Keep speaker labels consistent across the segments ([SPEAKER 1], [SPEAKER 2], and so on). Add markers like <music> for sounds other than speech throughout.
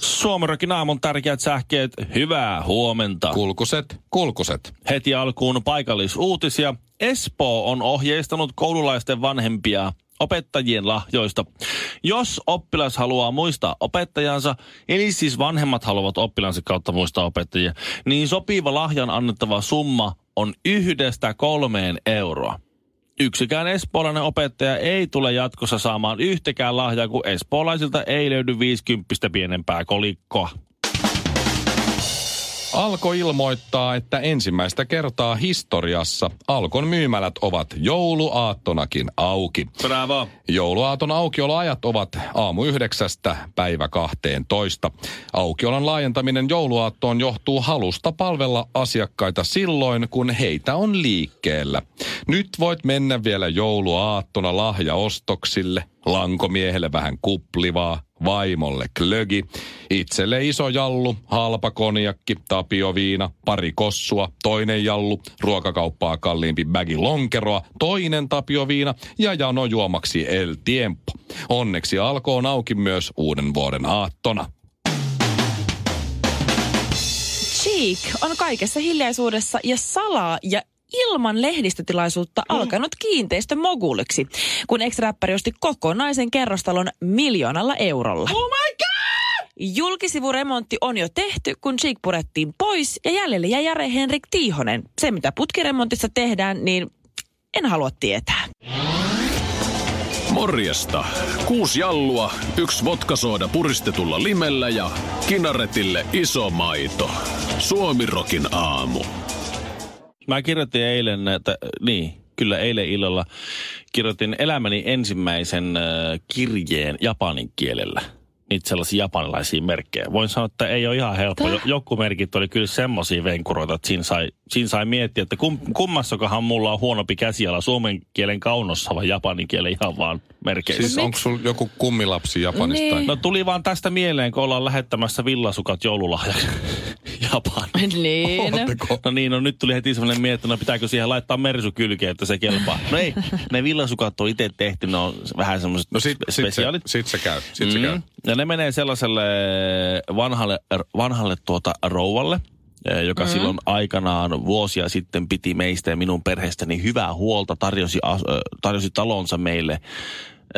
[SPEAKER 1] Suomarokin aamun tärkeät sähkeet, hyvää huomenta.
[SPEAKER 2] Kulkuset, kulkuset.
[SPEAKER 1] Heti alkuun paikallisuutisia. Espoo on ohjeistanut koululaisten vanhempia opettajien lahjoista. Jos oppilas haluaa muistaa opettajansa, eli siis vanhemmat haluavat oppilansa kautta muistaa opettajia, niin sopiva lahjan annettava summa on yhdestä kolmeen euroa. Yksikään espoolainen opettaja ei tule jatkossa saamaan yhtäkään lahjaa, kun espoolaisilta ei löydy 50 pienempää kolikkoa.
[SPEAKER 2] Alko ilmoittaa, että ensimmäistä kertaa historiassa Alkon myymälät ovat jouluaattonakin auki.
[SPEAKER 1] Bravo.
[SPEAKER 2] Jouluaaton aukioloajat ovat aamu yhdeksästä päivä 12. Aukiolan laajentaminen jouluaattoon johtuu halusta palvella asiakkaita silloin, kun heitä on liikkeellä. Nyt voit mennä vielä jouluaattona lahjaostoksille, lankomiehelle vähän kuplivaa, vaimolle klögi, itselle iso jallu, halpa konjakki, tapioviina, pari kossua, toinen jallu, ruokakauppaa kalliimpi bägi lonkeroa, toinen tapioviina ja jano juomaksi El Tiempo. Onneksi alkoon auki myös uuden vuoden aattona.
[SPEAKER 3] Cheek on kaikessa hiljaisuudessa ja salaa ja ilman lehdistötilaisuutta alkanut kiinteistömoguliksi, kun ex-räppäri osti kokonaisen kerrostalon miljoonalla eurolla.
[SPEAKER 1] Oh my god!
[SPEAKER 3] Julkisivuremontti on jo tehty, kun Cheek purettiin pois ja jäljelle jäi Jare Henrik Tiihonen. Se, mitä putkiremontissa tehdään, niin en halua tietää.
[SPEAKER 4] Morjesta. Kuusi jallua, yksi vodkasooda puristetulla limellä ja kinaretille iso maito. Suomirokin aamu.
[SPEAKER 1] Mä kirjoitin eilen, että niin, kyllä eilen illalla kirjoitin elämäni ensimmäisen ö, kirjeen japanin kielellä. Niitä sellaisia japanilaisia merkkejä. Voin sanoa, että ei ole ihan helppo. Jo, joku merkit oli kyllä semmoisia venkuroita, että siinä sai, siinä sai miettiä, että kum, kummassakohan mulla on huonompi käsiala suomen kielen kaunossa vai japanin kielen ihan vaan merkeissä.
[SPEAKER 2] Siis onko sulla joku kummilapsi Japanista?
[SPEAKER 3] Niin.
[SPEAKER 1] No tuli vaan tästä mieleen, kun ollaan lähettämässä villasukat joululahjaksi <laughs> Japaniin.
[SPEAKER 3] Niin.
[SPEAKER 2] Ootteko?
[SPEAKER 1] No niin, no nyt tuli heti sellainen mietti, no pitääkö siihen laittaa mersu kylkeen, että se kelpaa. No ei, ne villasukat on itse tehty, ne on vähän semmoiset
[SPEAKER 2] No sit, sit, se,
[SPEAKER 1] spesiaalit. Mm.
[SPEAKER 2] sit se käy, sit se käy.
[SPEAKER 1] Ja ne menee sellaiselle eh, vanhalle, vanhalle tuota rouvalle, eh, joka mm. silloin aikanaan vuosia sitten piti meistä ja minun perheestäni hyvää huolta, tarjosi, as- ö, tarjosi talonsa meille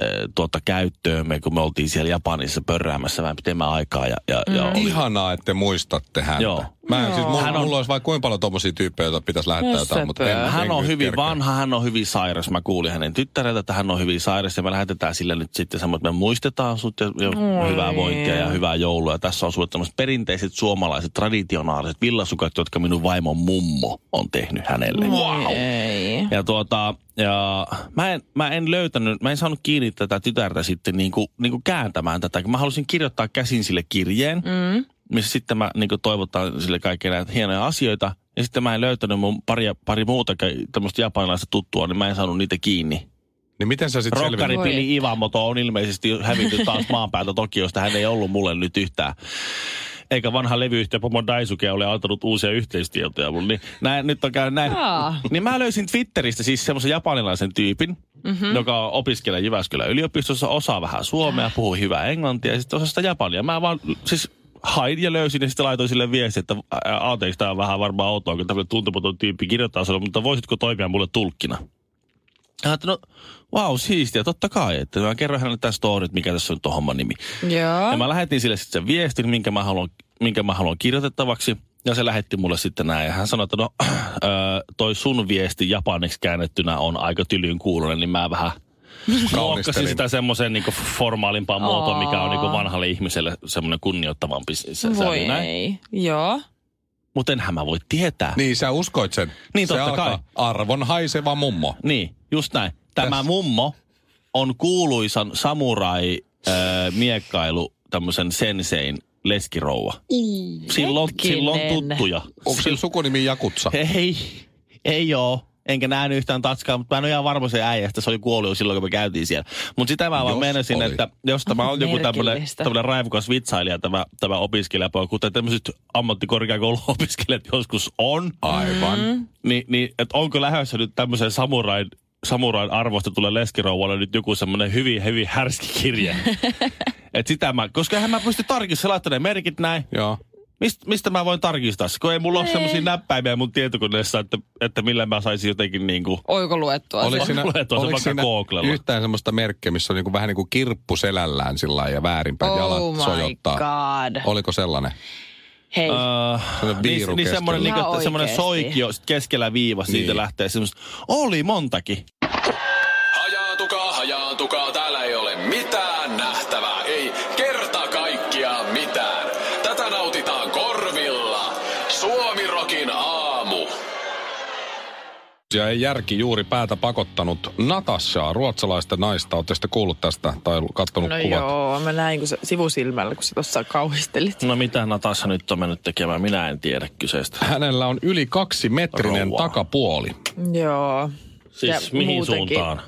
[SPEAKER 1] eh, tuota käyttöömme, kun me oltiin siellä Japanissa pörräämässä vähän pitemmän aikaa. Ja, ja,
[SPEAKER 2] Mm.
[SPEAKER 1] ja oli-
[SPEAKER 2] Ihanaa, että te muistatte häntä.
[SPEAKER 1] Joo.
[SPEAKER 2] Mä en, siis, mulla,
[SPEAKER 1] Hän on-
[SPEAKER 2] mulla olisi vaikka kuinka paljon tommosia tyyppejä, joita pitäisi lähettää
[SPEAKER 3] No
[SPEAKER 2] jotain, mutta
[SPEAKER 3] sepä.
[SPEAKER 2] en, en
[SPEAKER 1] Hän on
[SPEAKER 2] kyllä
[SPEAKER 1] hyvin
[SPEAKER 2] kerkeä.
[SPEAKER 1] vanha, hän on hyvin sairas. Mä kuulin hänen tyttäreltä, että hän on hyvin sairas ja me lähetetään sille nyt sitten semmoinen, että me muistetaan sut ja, ja
[SPEAKER 3] Oi.
[SPEAKER 1] hyvää vointia ja hyvää joulua. Ja tässä on sulle tämmöiset perinteiset suomalaiset traditionaaliset villasukat, jotka minun vaimon mummo on tehnyt hänelle.
[SPEAKER 3] Ei.
[SPEAKER 1] Ja tuota, ja mä en, mä en löytänyt, mä en saanut kiinni tätä tytärtä sitten niinku, niinku kääntämään tätä. Mä halusin kirjoittaa käsin sille kirjeen, mm. missä sitten mä niinku toivotan sille kaikkea näitä hienoja asioita. Ja sitten mä en löytänyt mun pari, pari muuta kä- tämmöistä japanilaista tuttua, niin mä en saanut niitä kiinni.
[SPEAKER 2] Niin miten sä sit selviät?
[SPEAKER 1] Rokkari
[SPEAKER 3] Voi
[SPEAKER 1] Pili Ivamoto on ilmeisesti hävinnyt taas maan päältä Tokiosta. Hän ei ollut mulle nyt yhtään. Eikä vanha levyyhtiö Pomo Daisuke ole antanut uusia yhteistietoja mulle. Niin näin, nyt on käynyt näin.
[SPEAKER 3] Jaa.
[SPEAKER 1] Niin mä löysin Twitteristä siis semmoisen japanilaisen tyypin,
[SPEAKER 3] Mhm.
[SPEAKER 1] mm-hmm. joka opiskelee Jyväskylän yliopistossa, osaa vähän suomea, puhuu hyvää englantia ja sitten osaa sitä japania. Mä vaan siis hain ja löysin ja sitten laitoin sille viesti, että ää, anteeksi, tämä on vähän varmaan outoa, kun tämmöinen tuntematon tyyppi kirjoittaa sulle, mutta voisitko toimia mulle tulkkina? Mä ajattelin, no vau, wow, siistiä, totta kai. Että mä kerroin hänelle tämän storin, että mikä tässä on tuo homman nimi. Ja
[SPEAKER 3] Joo.
[SPEAKER 1] mä lähetin sille sitten sen viestin, minkä mä haluan, minkä mä haluan kirjoitettavaksi. Ja se lähetti mulle sitten näin. Ja hän sanoi, että no <clears throat> ö, toi sun viesti japaniksi käännettynä on aika tylyn kuulonen, niin mä vähän muokkasin sitä semmoisen niin formaalimpaan muotoon, mikä on niin vanhalle ihmiselle semmoinen kunnioittavampi. Se, se,
[SPEAKER 3] Voi
[SPEAKER 1] näin.
[SPEAKER 3] ei. Joo.
[SPEAKER 1] Mutta enhän mä voi tietää.
[SPEAKER 2] Niin, sä uskoit sen.
[SPEAKER 1] Niin,
[SPEAKER 2] se
[SPEAKER 1] totta
[SPEAKER 2] alkaa. Arvon haiseva mummo.
[SPEAKER 1] Niin, just näin. Tämä
[SPEAKER 2] Tässä.
[SPEAKER 1] mummo on kuuluisan samurai öö, miekkailu tämmöisen sensein leskirouva. Silloin, silloin
[SPEAKER 3] Hetkinen.
[SPEAKER 1] tuttuja.
[SPEAKER 2] Onko sillä sukunimi Jakutsa?
[SPEAKER 1] Ei, ei oo. Enkä nähnyt yhtään tatskaa, mutta mä en ole ihan varma se äijästä. Se oli kuollut jo silloin, kun me käytiin siellä. Mutta sitä mä vaan
[SPEAKER 2] Jos
[SPEAKER 1] menisin,
[SPEAKER 2] oli.
[SPEAKER 1] että jos tämä on joku tämmöinen
[SPEAKER 3] Merkillistä.
[SPEAKER 1] raivokas vitsailija, tämä, tämä opiskelijapoika, kuten tämmöiset ammattikorkeakouluopiskelijat joskus on,
[SPEAKER 2] Aivan.
[SPEAKER 1] niin, niin että onko lähdössä nyt tämmöisen samurain, samurain arvosta tulee leskirouvalle nyt joku semmoinen hyvin, hyvin härski kirje. Et sitä mä, koska eihän mä pysty tarkistamaan, laittaa ne merkit näin.
[SPEAKER 2] Joo.
[SPEAKER 1] Mist, mistä mä voin tarkistaa se, kun ei mulla ole semmoisia näppäimiä mun tietokoneessa, että, että millä mä saisin jotenkin niinku...
[SPEAKER 3] Oiko luettua
[SPEAKER 2] Oliko
[SPEAKER 3] se?
[SPEAKER 2] siinä,
[SPEAKER 1] Tulee tuossa
[SPEAKER 2] oliko
[SPEAKER 1] vaikka
[SPEAKER 2] siinä
[SPEAKER 1] Googlella.
[SPEAKER 2] yhtään semmoista merkkiä, missä on niinku vähän niin kuin kirppu selällään sillä lailla ja väärinpäin
[SPEAKER 3] Oh
[SPEAKER 2] jalat
[SPEAKER 3] my
[SPEAKER 2] sojottaa?
[SPEAKER 3] god.
[SPEAKER 2] Oliko sellainen?
[SPEAKER 3] Hei.
[SPEAKER 1] Uh,
[SPEAKER 2] Semmoinen
[SPEAKER 1] niin, niin
[SPEAKER 2] viiru keskellä.
[SPEAKER 1] semmoinen,
[SPEAKER 3] Ihan
[SPEAKER 1] niinku, että semmoinen
[SPEAKER 3] oikeesti.
[SPEAKER 1] soikio sit keskellä viiva, siitä
[SPEAKER 2] Niin.
[SPEAKER 1] lähtee semmoista. Oli montakin.
[SPEAKER 4] Hajaantukaa, hajaantukaa, täällä ei ole mitään nähtävää, ei kerta kaikkiaan mitään. Tätä nautitaan korvilla. Suomirokin aamu.
[SPEAKER 2] Ja ei järki juuri päätä pakottanut Natashaa, ruotsalaista naista. Oletteko te kuullut tästä tai katsonut
[SPEAKER 3] No
[SPEAKER 2] kuvat?
[SPEAKER 3] joo, mä näin kun sä, sivusilmällä, kun sä tuossa kauhistelit.
[SPEAKER 1] No mitä Natassa nyt on mennyt tekemään, minä en tiedä kyseistä.
[SPEAKER 2] Hänellä on yli kaksi metrinen
[SPEAKER 1] Rouva.
[SPEAKER 2] takapuoli.
[SPEAKER 3] Joo.
[SPEAKER 1] Siis
[SPEAKER 3] Ja
[SPEAKER 1] mihin
[SPEAKER 3] muutenkin.
[SPEAKER 1] suuntaan?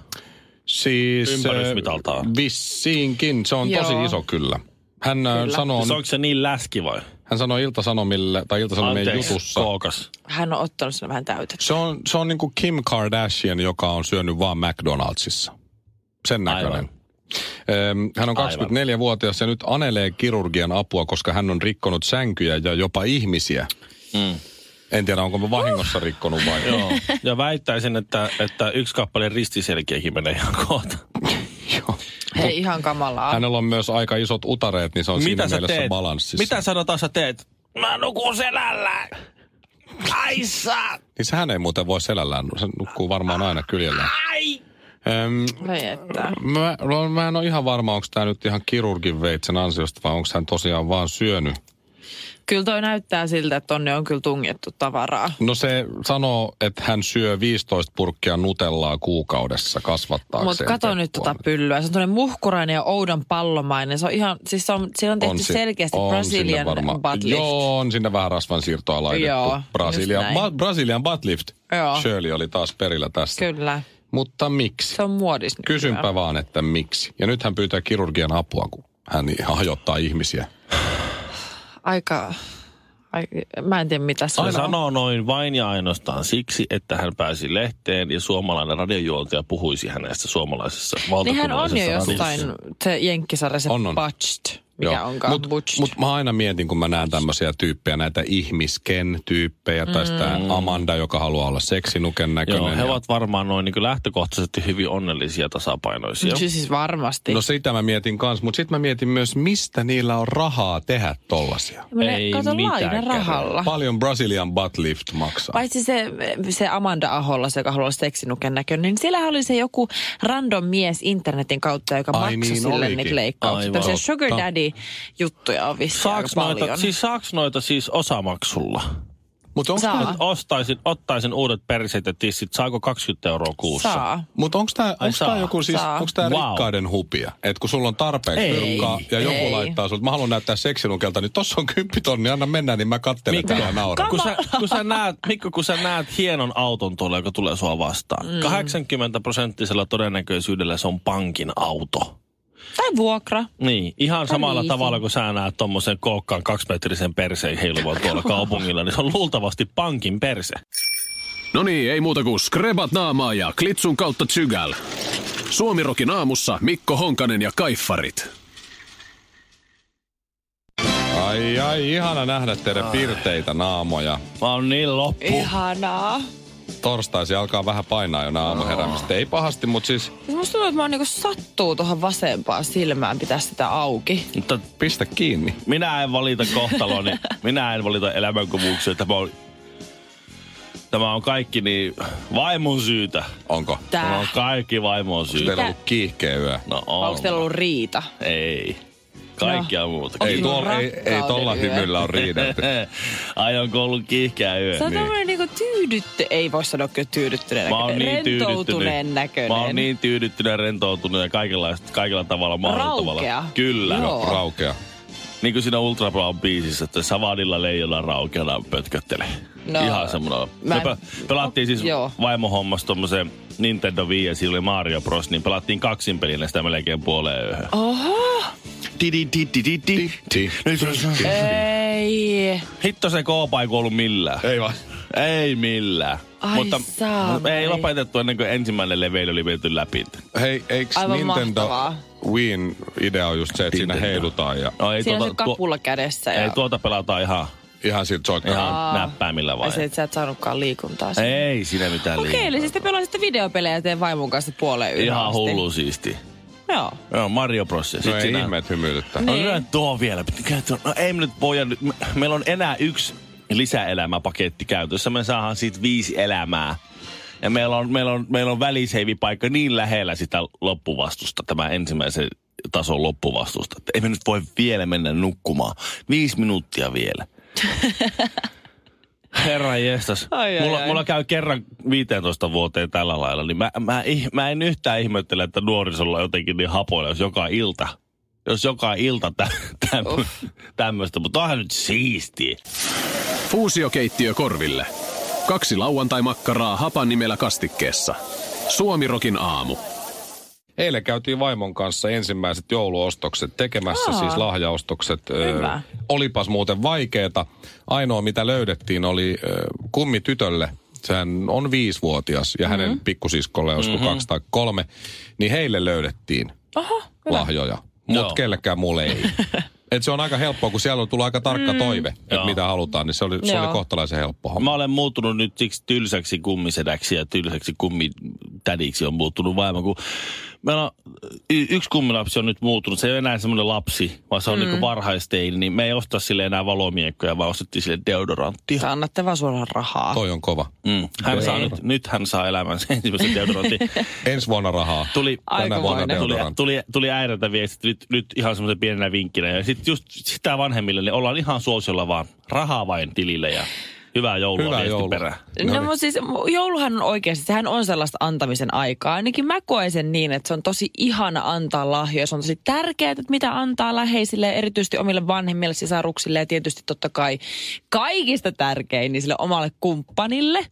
[SPEAKER 2] Siis
[SPEAKER 1] Ympärysmitaltaan.
[SPEAKER 2] eh, vissiinkin, se on
[SPEAKER 3] Joo.
[SPEAKER 2] tosi iso kyllä. Hän kyllä. sanoo,
[SPEAKER 1] Siis onko se niin läski vai?
[SPEAKER 2] hän sanoo Ilta-Sanomille, tai Ilta-Sanomien
[SPEAKER 1] Anteeksi,
[SPEAKER 2] jutussa.
[SPEAKER 1] kookas.
[SPEAKER 3] Hän on ottanut sen vähän täytettä.
[SPEAKER 2] Se on, se on niin kuin Kim Kardashian, joka on syönyt vaan McDonaldsissa. Sen näköinen.
[SPEAKER 1] Aivan.
[SPEAKER 2] Öm, Hän on
[SPEAKER 1] Aivan.
[SPEAKER 2] 24-vuotias ja nyt anelee kirurgian apua, koska hän on rikkonut sänkyjä ja jopa ihmisiä.
[SPEAKER 1] Mm.
[SPEAKER 2] En tiedä, onko mä vahingossa rikkonut vai
[SPEAKER 1] Joo. <laughs> Ja väittäisin, että, että yksi kappale ristiselkiäkin menee ihan kohta.
[SPEAKER 2] Joo.
[SPEAKER 3] Hei, ihan kamalaa.
[SPEAKER 2] Hänellä on myös aika isot utareet, niin se on
[SPEAKER 1] Mitä
[SPEAKER 2] siinä
[SPEAKER 1] sä
[SPEAKER 2] mielessä
[SPEAKER 1] teet?
[SPEAKER 2] balanssissa.
[SPEAKER 1] Mitä sanotaan sä teet? Mä nukun selällään. Ai saa.
[SPEAKER 2] Niin sehän ei muuten voi selällään, se nukkuu varmaan aina kyljellään.
[SPEAKER 1] Ai.
[SPEAKER 2] Öm,
[SPEAKER 3] Ei, että.
[SPEAKER 2] Mä, no, mä en ole ihan varma, onko tämä nyt ihan kirurgin veitsen ansiosta vai onko hän tosiaan vaan syönyt.
[SPEAKER 3] Kyllä toi näyttää siltä, että tonne on kyllä tungettu tavaraa.
[SPEAKER 2] No se sanoo, että hän syö 15 purkkia nutellaa kuukaudessa kasvattaakseen.
[SPEAKER 3] Mutta kato nyt
[SPEAKER 2] peppuamme.
[SPEAKER 3] tota pyllyä. Se on tuonne muhkurainen ja oudon pallomainen. Se on ihan, siis se on, siellä on tehty
[SPEAKER 2] On
[SPEAKER 3] on
[SPEAKER 2] si-
[SPEAKER 3] selkeästi
[SPEAKER 2] on sinne
[SPEAKER 3] Brazilian
[SPEAKER 2] varmaan-
[SPEAKER 3] butt lift.
[SPEAKER 2] Joo, on sinne vähän rasvan siirtoa laitettu.
[SPEAKER 3] Joo, just
[SPEAKER 2] Brasilian,
[SPEAKER 3] näin.
[SPEAKER 2] ba- Brasilian buttlift.
[SPEAKER 3] Joo.
[SPEAKER 2] Shirley oli taas perillä tästä.
[SPEAKER 3] Kyllä.
[SPEAKER 2] Mutta miksi?
[SPEAKER 3] Se on muodis nykyään.
[SPEAKER 2] Kysynpä vaan, että miksi. Ja nyt hän pyytää kirurgian apua, kun hän hajottaa ihmisiä.
[SPEAKER 3] Aika, ai, mä en tiedä mitä se
[SPEAKER 1] Hän
[SPEAKER 3] on.
[SPEAKER 1] sanoo noin vain ja ainoastaan siksi, että hän pääsi lehteen ja suomalainen radiojuontaja puhuisi hänestä suomalaisessa
[SPEAKER 3] Niin hän on jo
[SPEAKER 1] valtakunnallisessa
[SPEAKER 3] jostain,
[SPEAKER 1] radiossa.
[SPEAKER 3] se jenkkisarja, se
[SPEAKER 2] On, on.
[SPEAKER 3] Butched, mikä
[SPEAKER 2] Joo.
[SPEAKER 3] onkaan
[SPEAKER 2] Mut-
[SPEAKER 3] Butched.
[SPEAKER 2] Mut mä aina mietin, kun mä näen tämmöisiä tyyppejä, näitä ihmisken-tyyppejä, mm. tai sitä Amanda, joka haluaa olla seksinuken
[SPEAKER 1] Joo,
[SPEAKER 2] näköinen.
[SPEAKER 1] he
[SPEAKER 2] ja-
[SPEAKER 1] ovat varmaan noin niin lähtökohtaisesti hyvin onnellisia ja tasapainoisia.
[SPEAKER 3] Siis- siis varmasti.
[SPEAKER 2] No sitä mä mietin kans, mutta sitten mä mietin myös, mistä niillä on rahaa tehdä tollasia.
[SPEAKER 3] Mä näen-
[SPEAKER 1] ei
[SPEAKER 3] kato
[SPEAKER 1] mitään
[SPEAKER 3] laina
[SPEAKER 1] käydä.
[SPEAKER 3] rahalla.
[SPEAKER 2] Paljon Brazilian butt lift maksaa.
[SPEAKER 3] Paitsi se, se Amanda Aholla, se, joka haluaa olla seksinuken näköinen, niin sillähän oli se joku random mies internetin kautta, joka
[SPEAKER 2] Ai
[SPEAKER 3] maksoi
[SPEAKER 2] niin
[SPEAKER 3] sille
[SPEAKER 2] olikin.
[SPEAKER 3] niitä leikkauksia.
[SPEAKER 1] Aivan.
[SPEAKER 3] Tämmöisiä sugar
[SPEAKER 2] Totta.
[SPEAKER 3] daddy-juttuja on vissiin aika
[SPEAKER 1] Saaks noita,
[SPEAKER 3] paljon.
[SPEAKER 1] siis saaks noita siis osamaksulla?
[SPEAKER 2] Mutta onko
[SPEAKER 3] Saa.
[SPEAKER 2] tää,
[SPEAKER 1] Nyt ostaisin, ottaisin uudet perseet ja tissit. Saako 20 euroa kuussa?
[SPEAKER 3] Saa.
[SPEAKER 2] mut onks tää, onks tää
[SPEAKER 1] saa.
[SPEAKER 2] joku siis,
[SPEAKER 3] Saa.
[SPEAKER 2] onks tää
[SPEAKER 1] Wow.
[SPEAKER 2] rikkaiden hupia? Et kun sulla on tarpeeksi
[SPEAKER 1] Ei,
[SPEAKER 2] pyrkkaa ja joku
[SPEAKER 3] ei.
[SPEAKER 2] laittaa sulle, mä haluan näyttää seksinukelta, niin tossa on kymppitonni, anna mennä, niin mä kattelen
[SPEAKER 1] Mikko,
[SPEAKER 2] tätä ja nauran.
[SPEAKER 1] kun sä, kun sä näet, Mikko, kun sä näet hienon auton tuolla, joka tulee sua vastaan. Mm. 80 prosenttisella todennäköisyydellä se on pankin auto.
[SPEAKER 3] Tai vuokra.
[SPEAKER 1] Niin, ihan samalla
[SPEAKER 3] liisi.
[SPEAKER 1] tavalla kuin sä näet tuommoisen kookkaan kaksimetrisen perseen heiluvan <laughs> tuolla kaupungilla, niin se on luultavasti pankin perse.
[SPEAKER 4] No niin, ei muuta kuin skrebat naamaa ja klitsun kautta tsygäl. Suomirokin aamussa Mikko Honkanen ja Kaiffarit.
[SPEAKER 2] Ai ai, ihana nähdä teidän pirteitä naamoja.
[SPEAKER 1] Mä oon niin loppu.
[SPEAKER 3] Ihanaa.
[SPEAKER 2] Torstaisin alkaa vähän painaa jo nää aamuheräämiset. Ei pahasti, mutta siis
[SPEAKER 3] Siis musta tuntuu, että mä oon niinku sattuu tuohon vasempaan silmään pitää sitä auki.
[SPEAKER 1] Mutta
[SPEAKER 2] pistä kiinni.
[SPEAKER 1] minä en valita kohtaloani, <laughs> minä en valita elämänkuvuuksia. Tämä on, tämä on kaikki niin vaimon syytä.
[SPEAKER 2] Onko?
[SPEAKER 3] Tää.
[SPEAKER 1] Tämä on kaikki vaimon
[SPEAKER 2] Onko
[SPEAKER 1] syytä.
[SPEAKER 2] teillä ollut kiihkeä yö?
[SPEAKER 1] No
[SPEAKER 3] Onko
[SPEAKER 1] on.
[SPEAKER 3] teillä ollut riita?
[SPEAKER 1] Ei. Kaikkea no. muuta.
[SPEAKER 2] Ei,
[SPEAKER 3] Otin
[SPEAKER 2] tuolla, ei, ei
[SPEAKER 3] rakkauden
[SPEAKER 2] tuolla
[SPEAKER 3] yö.
[SPEAKER 2] hymyllä on <laughs> riidelty.
[SPEAKER 1] Aion ollut kiihkeä yö.
[SPEAKER 3] Sä oot
[SPEAKER 2] Niin.
[SPEAKER 3] tämmönen niinku tyydytty, ei voi sanoa kyllä tyydyttyneen
[SPEAKER 1] Mä oon
[SPEAKER 3] näköinen,
[SPEAKER 1] niin
[SPEAKER 3] rentoutuneen
[SPEAKER 1] tyydyttynyt.
[SPEAKER 3] näköinen.
[SPEAKER 1] Mä oon niin tyydyttynyt ja rentoutunut ja kaikenlaista- kaikella tavalla mahdollisella tavalla.
[SPEAKER 3] Raukea.
[SPEAKER 1] Kyllä.
[SPEAKER 3] Joo.
[SPEAKER 2] Raukea.
[SPEAKER 1] Niin kuin siinä Ultra Brown biisissä, että Savadilla leijona raukeana pötköttele.
[SPEAKER 3] No,
[SPEAKER 1] No, Ihan semmoinen.
[SPEAKER 3] mä
[SPEAKER 1] Mä...
[SPEAKER 3] en-
[SPEAKER 1] Me pelattiin siis
[SPEAKER 3] Joo.
[SPEAKER 1] vaimohommassa tommoseen Nintendo Wii ja sillä oli Mario Bros, niin pelattiin kaksin pelinä sitä melkein puoleen yöhön.
[SPEAKER 3] Oh. Oho, ei.
[SPEAKER 1] Hitto se koopa ei kuollut millään.
[SPEAKER 2] Ei vaan.
[SPEAKER 1] Ei millään.
[SPEAKER 3] Ai
[SPEAKER 1] Mutta
[SPEAKER 3] saamari.
[SPEAKER 1] ei lopetettu ennen kuin ensimmäinen leveily oli viety läpi.
[SPEAKER 2] Hei, eiks
[SPEAKER 3] Aivan
[SPEAKER 2] Nintendo
[SPEAKER 3] mahtavaa.
[SPEAKER 2] Win idea on just se, että siinä
[SPEAKER 1] Nintendo.
[SPEAKER 2] heilutaan ja
[SPEAKER 1] No ei
[SPEAKER 3] Siinä on se
[SPEAKER 1] tuota, tuo,
[SPEAKER 3] kapulla kädessä.
[SPEAKER 1] ei
[SPEAKER 3] ja-
[SPEAKER 1] tuota pelataan ihan,
[SPEAKER 2] ihan siitä
[SPEAKER 1] ihan
[SPEAKER 2] soikkaa.
[SPEAKER 3] Aa.
[SPEAKER 1] näppäimillä vai?
[SPEAKER 3] Ja se, että sä et saanutkaan liikuntaa. siinä.
[SPEAKER 1] Ei siinä mitään
[SPEAKER 3] Okei,
[SPEAKER 1] liikaa.
[SPEAKER 3] eli siis te pelasitte videopelejä teidän vaimon kanssa puoleen yöhön
[SPEAKER 1] Ihan
[SPEAKER 3] asti.
[SPEAKER 1] hullu siisti.
[SPEAKER 3] Joo.
[SPEAKER 1] Joo, Mario Bros. ja sit
[SPEAKER 2] No ei
[SPEAKER 1] siinä-
[SPEAKER 2] ihme, että hymyilyttää.
[SPEAKER 1] No
[SPEAKER 3] Niin.
[SPEAKER 1] lyö tuo vielä. Pitää tuo- No ei me nyt voi. nyt- me- Meillä on enää yksi lisäelämäpaketti käytössä. Me saadaan siitä viisi elämää. Ja meillä on, meillä on, meillä on väliseivipaikka niin lähellä sitä loppuvastusta, tämä ensimmäisen tason loppuvastusta, että emme nyt voi vielä mennä nukkumaan. Viisi minuuttia vielä. Herra jestas.
[SPEAKER 3] Ai, ai,
[SPEAKER 1] mulla,
[SPEAKER 3] ai.
[SPEAKER 1] mulla käy kerran 15 vuoteen tällä lailla, niin mä, mä, ih- mä en yhtään ihmettele, että nuorisolla on jotenkin niin hapoilla, jos joka ilta, jos joka ilta tä, täm, tämmöistä, mutta onhan nyt siistiä.
[SPEAKER 4] Fuusiokeittiö korville. Kaksi lauantai-makkaraa hapan nimellä kastikkeessa. Suomirokin aamu.
[SPEAKER 2] Eilen käytiin vaimon kanssa ensimmäiset jouluostokset tekemässä,
[SPEAKER 3] Aa.
[SPEAKER 2] siis lahjaostokset. Ö,
[SPEAKER 3] Hyvä.
[SPEAKER 2] olipas muuten vaikeeta. Ainoa mitä löydettiin oli ö, kummi tytölle. Sehän on viisivuotias ja mm-hmm.
[SPEAKER 3] Mhm.
[SPEAKER 2] hänen pikkusiskolle olisiko mm-hmm. kaksi tai kolme. Niin heille löydettiin
[SPEAKER 3] Oho, hyvä.
[SPEAKER 2] lahjoja, mutta
[SPEAKER 1] Joo.
[SPEAKER 2] kellekään muulle
[SPEAKER 3] <laughs>
[SPEAKER 2] ei. Et se on aika helppoa, kun siellä on tullut aika tarkka toive, että
[SPEAKER 1] Joo.
[SPEAKER 2] mitä halutaan, niin se oli, se oli
[SPEAKER 3] Mm. Joo.
[SPEAKER 2] kohtalaisen helppo homma.
[SPEAKER 1] Mä olen muuttunut nyt siksi tylsäksi kummisedäksi ja tylsäksi kummitädiksi on muuttunut vaimo, kun meillä on, y- yksi kummilapsi on nyt muuttunut. Se ei ole enää semmoinen lapsi, vaan se on mm. niin varhaisteini, niin me ei osta sille enää valomiekkoja, vaan ostettiin sille deodoranttia.
[SPEAKER 3] Sä annatte vaan suoraan rahaa.
[SPEAKER 2] Toi on kova.
[SPEAKER 1] Mm. Hän
[SPEAKER 2] Ei.
[SPEAKER 1] saa nyt, nyt hän saa elämänsä <laughs> ensimmäisen deodorantin.
[SPEAKER 2] Ensi vuonna rahaa.
[SPEAKER 1] Tuli,
[SPEAKER 2] Tänä vuonna
[SPEAKER 3] Aikamoinen.
[SPEAKER 1] tuli,
[SPEAKER 2] deodorantti.
[SPEAKER 1] tuli, tuli äidiltä viesti, nyt, nyt ihan semmoisen pienenä vinkkinä. Ja sitten just sitä vanhemmille, niin ollaan ihan suosiolla vaan. Rahaa vain tilille ja hyvää joulua
[SPEAKER 2] Hyvää
[SPEAKER 1] viesti
[SPEAKER 2] joulua.
[SPEAKER 1] perään.
[SPEAKER 2] No
[SPEAKER 3] No,
[SPEAKER 2] niin.
[SPEAKER 3] mutta siis jouluhan on oikeasti, sehän on sellaista antamisen aikaa. Ainakin mä koen sen niin, että se on tosi ihana antaa lahjoja. Se on tosi tärkeää, että mitä antaa läheisille, erityisesti omille vanhemmille, sisaruksille ja tietysti totta kai kaikista tärkein, niin sille omalle kumppanille.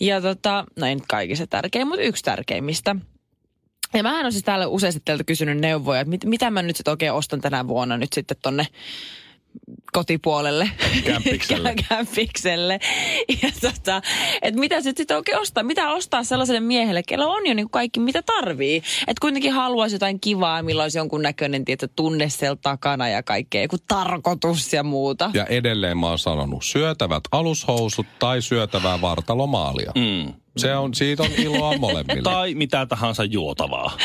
[SPEAKER 3] Ja tota, no ei nyt kaikista tärkein, mutta yksi tärkeimmistä. Ja mähän on siis täällä useasti teiltä kysynyt neuvoja, että mit, mitä mä nyt sitten oikein ostan tänä vuonna nyt sitten tonne kotipuolelle.
[SPEAKER 2] Kämpikselle.
[SPEAKER 3] <laughs> Kä- Kämpikselle. Ja tota, että mitä sitten sit oikein ostaa? Mitä ostaa sellaiselle miehelle, kello on jo niin kaikki mitä tarvii? Että kuitenkin haluaisi jotain kivaa, milloin olisi jonkun näköinen tietty tunne siellä takana ja kaikkea, joku tarkoitus ja muuta.
[SPEAKER 2] Ja edelleen mä oon sanonut, syötävät alushousut tai syötävää vartalomaalia. Mm. Se on, siitä on
[SPEAKER 1] <laughs>
[SPEAKER 2] iloa molemmille.
[SPEAKER 1] Tai mitä tahansa juotavaa.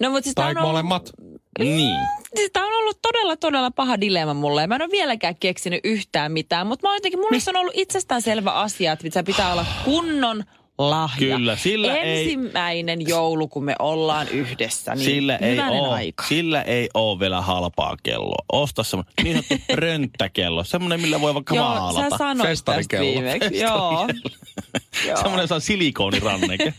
[SPEAKER 3] No, mutta siis tää
[SPEAKER 2] tai
[SPEAKER 3] on ollut-
[SPEAKER 2] molemmat.
[SPEAKER 1] Niin.
[SPEAKER 3] siis tämä on ollut todella, todella paha dilemma mulle. Ja Mä en ole vieläkään keksinyt yhtään mitään, mutta mä oon jotenkin,
[SPEAKER 1] Niin.
[SPEAKER 3] mulle se on ollut itsestäänselvä asia, että se pitää olla kunnon lahja.
[SPEAKER 1] Kyllä, sillä ei-
[SPEAKER 3] Ensimmäinen ei... joulu, kun me ollaan yhdessä, niin
[SPEAKER 1] Sillä ei,
[SPEAKER 3] hyvänen
[SPEAKER 1] oo,
[SPEAKER 3] aika.
[SPEAKER 1] sillä ei oo vielä halpaa kelloa. Osta semmoinen niin sanottu
[SPEAKER 3] <laughs>
[SPEAKER 1] rönttäkello. Semmoinen, millä voi vaikka
[SPEAKER 3] Joo, sä
[SPEAKER 1] maalata.
[SPEAKER 3] sanoit tästä
[SPEAKER 2] Festarikello.
[SPEAKER 3] viimeksi. Joo. Joo.
[SPEAKER 1] Semmoinen saa
[SPEAKER 3] <laughs>
[SPEAKER 1] silikooniranneke.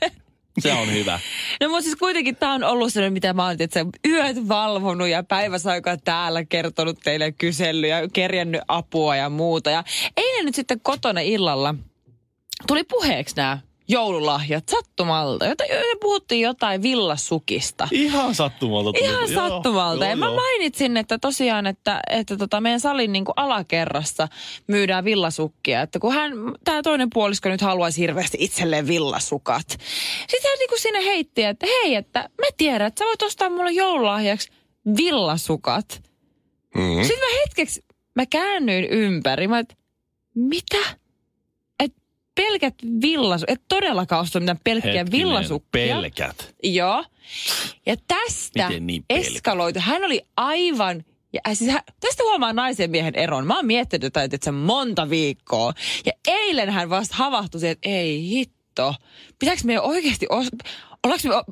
[SPEAKER 1] Se on hyvä.
[SPEAKER 3] No mutta siis kuitenkin tämä on ollut sellainen, mitä mä oon tietysti, yöt valvonut ja päiväsaikaa täällä kertonut teille kysely ja kerjännyt apua ja muuta. Ja eilen nyt sitten kotona illalla tuli puheeksi nämä joululahjat sattumalta. Jota, jo- puhuttiin jotain villasukista.
[SPEAKER 1] Ihan sattumalta. tuli.
[SPEAKER 3] Ihan
[SPEAKER 1] Joo,
[SPEAKER 3] sattumalta.
[SPEAKER 1] joo,
[SPEAKER 3] ja mä
[SPEAKER 1] joo.
[SPEAKER 3] mainitsin, että tosiaan, että, että tota meidän salin niin kuin alakerrassa myydään villasukkia. Että kun hän, tämä toinen puolisko nyt haluaisi hirveästi itselleen villasukat. Sitten hän niin kuin siinä heitti, että hei, että mä tiedän, että sä voit ostaa mulle joululahjaksi villasukat.
[SPEAKER 2] Mm.
[SPEAKER 3] Sitten mä hetkeksi, mä käännyin ympäri. Mä, et, mitä? Et pelkät villasukkat, et todellakaan osta mitään pelkkiä
[SPEAKER 1] Hetkinen,
[SPEAKER 3] villasukkia.
[SPEAKER 1] Pelkät.
[SPEAKER 3] Joo. Ja tästä
[SPEAKER 1] Miten niin pelkää?
[SPEAKER 3] eskaloitu. Hän oli aivan... Ja äh, siis hän, tästä huomaa naisen ja miehen eron. Mä oon miettinyt tätä että se monta viikkoa. Ja eilen hän vasta havahtui siihen, että ei hitto. Pitääkö meidän oikeasti... Os- ollaanko me o-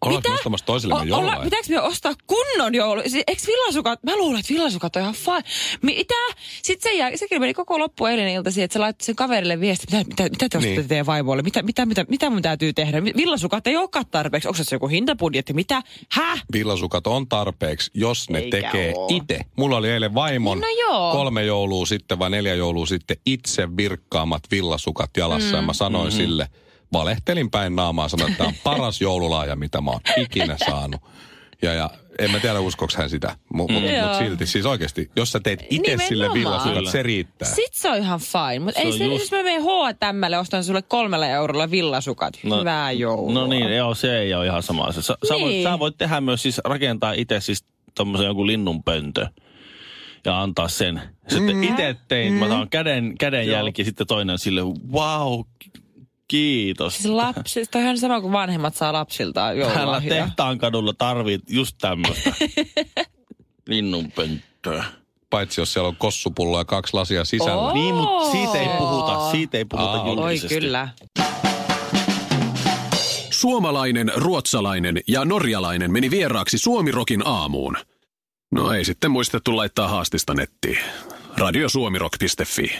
[SPEAKER 2] Ollaanko me ostamassa toisillemme
[SPEAKER 3] O- olla-
[SPEAKER 2] jollain?
[SPEAKER 3] Pitääkö me ostaa kunnon joulu? Si- Eikö villasukat? Mä luulen, että villasukat on ihan fine. Mitä? Sitten sen jäl- sekin meni koko loppu eilen ilta siihen, että se laittoi sen kaverille viesti, mitä, mitä, mitä te ostatte
[SPEAKER 2] Niin.
[SPEAKER 3] niin. teidän vaimolle? Mitä, mitä, mitä, mitä mun täytyy tehdä? Mi- Villasukat ei olekaan tarpeeksi. Onko se joku hintabudjetti? Mitä? Häh?
[SPEAKER 2] villasukat on tarpeeksi, jos ne
[SPEAKER 3] Eikä
[SPEAKER 2] tekee
[SPEAKER 3] oo.
[SPEAKER 2] itse. Mulla oli eilen vaimon
[SPEAKER 3] No joo.
[SPEAKER 2] kolme joulua sitten vai neljä joulua sitten itse virkkaamat villasukat jalassa. Mm. Ja mä sanoin mm-hmm. sille, valehtelin päin naamaa, sanoin, että tämä on paras joululaaja, mitä mä oon ikinä saanut. Ja, ja en mä tiedä, uskoks hän sitä, mutta mut, mut
[SPEAKER 3] Joo.
[SPEAKER 2] silti. Siis oikeasti, jos sä teet itse sille
[SPEAKER 3] Nimenomaan.
[SPEAKER 2] villasukat,
[SPEAKER 1] Kyllä.
[SPEAKER 2] se riittää.
[SPEAKER 3] Sit se on ihan fine, mutta
[SPEAKER 1] Se
[SPEAKER 3] ei
[SPEAKER 1] on
[SPEAKER 3] se,
[SPEAKER 1] just-
[SPEAKER 3] jos mä menen H&Mlle, ostan sulle kolmella eurolla villasukat. No, Hyvää joulua.
[SPEAKER 1] No niin, joo, se ei ole ihan sama asia. Sä, sä, voit,
[SPEAKER 3] Niin.
[SPEAKER 1] sä voit tehdä myös siis rakentaa itse siis tommosen joku linnunpöntö ja antaa sen. Sitten mm. itse tein, mm. mä saan käden, käden jälki, sitten toinen sille, wow, ki- kiitos.
[SPEAKER 3] Siis lapsi, toi on ihan sama kuin vanhemmat saa lapsiltaan
[SPEAKER 1] Täällä
[SPEAKER 3] joululahjoja.
[SPEAKER 1] tehtaan kadulla tarvit just <laughs> tämmöistä linnunpönttöä.
[SPEAKER 2] Paitsi jos siellä on kossupullo ja kaksi lasia sisällä.
[SPEAKER 3] Oo.
[SPEAKER 1] Niin, mutta siitä ei puhuta, siitä ei puhuta
[SPEAKER 2] Aa.
[SPEAKER 3] Oi
[SPEAKER 1] julkisesti.
[SPEAKER 3] kyllä.
[SPEAKER 4] Suomalainen, ruotsalainen ja norjalainen meni vieraaksi Suomirokin aamuun. No ei sitten muistettu laittaa haastista nettiin. Radiosuomirok.fi.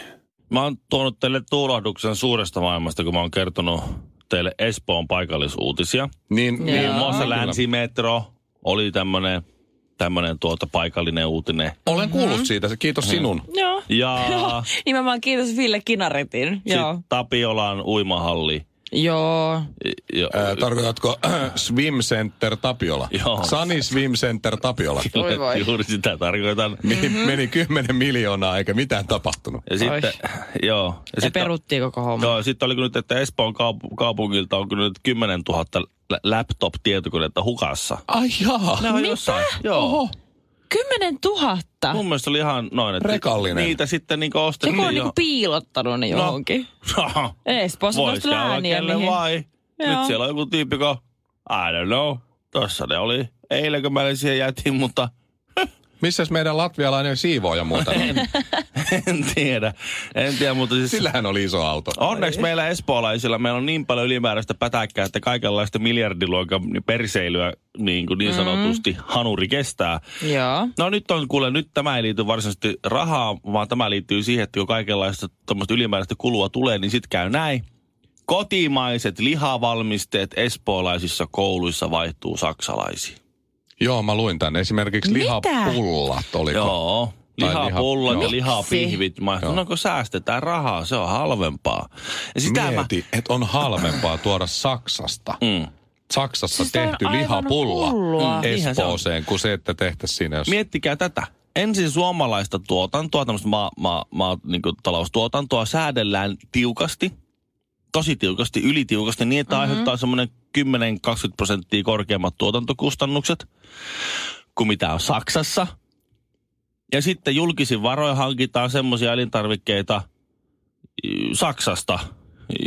[SPEAKER 1] Mä oon tuonut teille tuulahduksen suuresta maailmasta, kun mä oon kertonut teille Espoon paikallisuutisia.
[SPEAKER 2] Niin,
[SPEAKER 3] Joo.
[SPEAKER 1] Muun muassa
[SPEAKER 2] Kyllä.
[SPEAKER 1] Länsimetro oli tämmönen, tämmönen tuota paikallinen uutinen.
[SPEAKER 2] Olen
[SPEAKER 3] Mm-hmm.
[SPEAKER 2] kuullut siitä, se- kiitos sinun.
[SPEAKER 3] Joo.
[SPEAKER 1] Ja
[SPEAKER 3] <laughs> Joo. Nimenomaan kiitos Ville Kinaretin. Joo.
[SPEAKER 1] sitten Tapiolan uimahalli.
[SPEAKER 3] Joo.
[SPEAKER 1] I- jo-
[SPEAKER 2] Ää, tarkoitatko <clears throat> Swim Center Tapiola?
[SPEAKER 1] Joo.
[SPEAKER 2] Sunny Swim Center Tapiola.
[SPEAKER 3] Voi voi.
[SPEAKER 1] Juuri <laughs> sitä tarkoitan.
[SPEAKER 2] Mihin meni 10 miljoonaa eikä mitään tapahtunut.
[SPEAKER 1] Ja sitten, joo.
[SPEAKER 3] Ja peruttiin koko homma.
[SPEAKER 1] Joo, sitten oli kyllä nyt, että Espoon kaup- kaupungilta on kyllä nyt 10 000 lä- laptop-tietokonetta hukassa.
[SPEAKER 2] Ai jaa.
[SPEAKER 1] Ne on jossain. Joo.
[SPEAKER 2] Oho.
[SPEAKER 3] Kymmenen tuhatta.
[SPEAKER 1] Mun mielestä oli ihan noin, että
[SPEAKER 2] Rekallinen.
[SPEAKER 1] niitä sitten niinku ostettiin.
[SPEAKER 3] Joku on niinku
[SPEAKER 1] jo-
[SPEAKER 3] piilottanut ne johonkin.
[SPEAKER 1] <laughs> No.
[SPEAKER 3] Espoossa
[SPEAKER 1] Vois
[SPEAKER 3] nostanut
[SPEAKER 1] käydä
[SPEAKER 3] ääniä
[SPEAKER 1] kelle
[SPEAKER 3] mihin.
[SPEAKER 1] vai. Joo. Nyt
[SPEAKER 3] Joo.
[SPEAKER 1] siellä on joku tyyppi, joka, I don't know, tossa ne oli eilen, kun mä ne siihen jätin, mutta <laughs>
[SPEAKER 2] Missäs meidän latvialainen siivooja muuten? on?
[SPEAKER 1] en tiedä. En tiedä, mutta siis...
[SPEAKER 2] Sillähän oli iso auto.
[SPEAKER 1] Onneksi meillä espoolaisilla meillä on niin paljon ylimääräistä pätäkkää, että kaikenlaista miljardiluokan perseilyä niin, kuin niin sanotusti hanuri kestää.
[SPEAKER 3] Joo.
[SPEAKER 1] No nyt on kuule, nyt tämä ei liity varsinaisesti rahaa, vaan tämä liittyy siihen, että kun kaikenlaista tuommoista ylimääräistä kulua tulee, niin sitten käy näin. Kotimaiset lihavalmisteet espoolaisissa kouluissa vaihtuu saksalaisiin.
[SPEAKER 2] Joo, mä luin tän. Esimerkiksi
[SPEAKER 3] Mitä?
[SPEAKER 2] lihapullat oliko?
[SPEAKER 1] Joo.
[SPEAKER 2] Tai
[SPEAKER 1] Lihapullat
[SPEAKER 2] liha-
[SPEAKER 1] ja
[SPEAKER 2] joo.
[SPEAKER 1] lihapihvit. Mä
[SPEAKER 2] Joo.
[SPEAKER 1] sanoin, no kun säästetään rahaa, se on halvempaa. Ja sitä mä,
[SPEAKER 2] Mieti, että on halvempaa tuoda Saksasta.
[SPEAKER 1] Mm.
[SPEAKER 2] Saksassa
[SPEAKER 3] Siis toi on
[SPEAKER 2] tehty
[SPEAKER 3] aivan
[SPEAKER 2] lihapulla
[SPEAKER 3] hullua.
[SPEAKER 2] mm,
[SPEAKER 1] Mm, niinhän se on.
[SPEAKER 2] Espooseen, kun se, että tehtäisiin siinä jos...
[SPEAKER 1] miettikää tätä. Ensin suomalaista tuotantoa, tämmöistä maa, maa, maa, niin taloustuotantoa säädellään tiukasti, tosi tiukasti, ylitiukasti, niin että mm-hmm. aiheuttaa semmoinen 10-20 prosenttia korkeammat tuotantokustannukset kuin mitä on Saksassa. Ja sitten julkisin varoin hankitaan semmoisia elintarvikkeita y, Saksasta,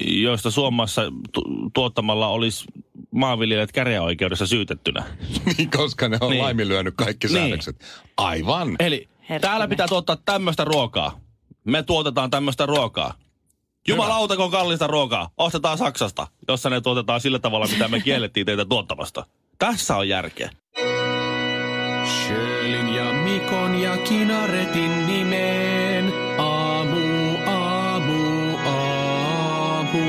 [SPEAKER 1] y, joista Suomessa tu- tuottamalla olisi maanviljelijät käräjäoikeudessa syytettynä.
[SPEAKER 2] Niin, <laughs> koska ne on niin.
[SPEAKER 1] Niin.
[SPEAKER 2] laiminlyönyt kaikki
[SPEAKER 1] Niin.
[SPEAKER 2] säännökset. Aivan.
[SPEAKER 1] Eli
[SPEAKER 3] Herranen.
[SPEAKER 1] täällä pitää tuottaa tämmöistä ruokaa. Me tuotetaan tämmöistä ruokaa. Jumalauta, kun on kallista ruokaa. Ostetaan Saksasta, jossa ne tuotetaan sillä tavalla, mitä me kiellettiin teitä tuottamasta. Tässä on järkeä.
[SPEAKER 4] Sjölin ja Mikon ja Kinaretin nimeen. Aamu, aamu, aamu.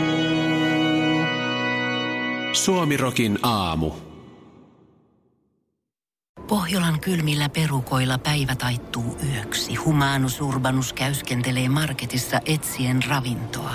[SPEAKER 4] Suomirokin aamu.
[SPEAKER 5] Pohjolan kylmillä perukoilla päivä taittuu yöksi. Humanus Urbanus käyskentelee marketissa etsien ravintoa.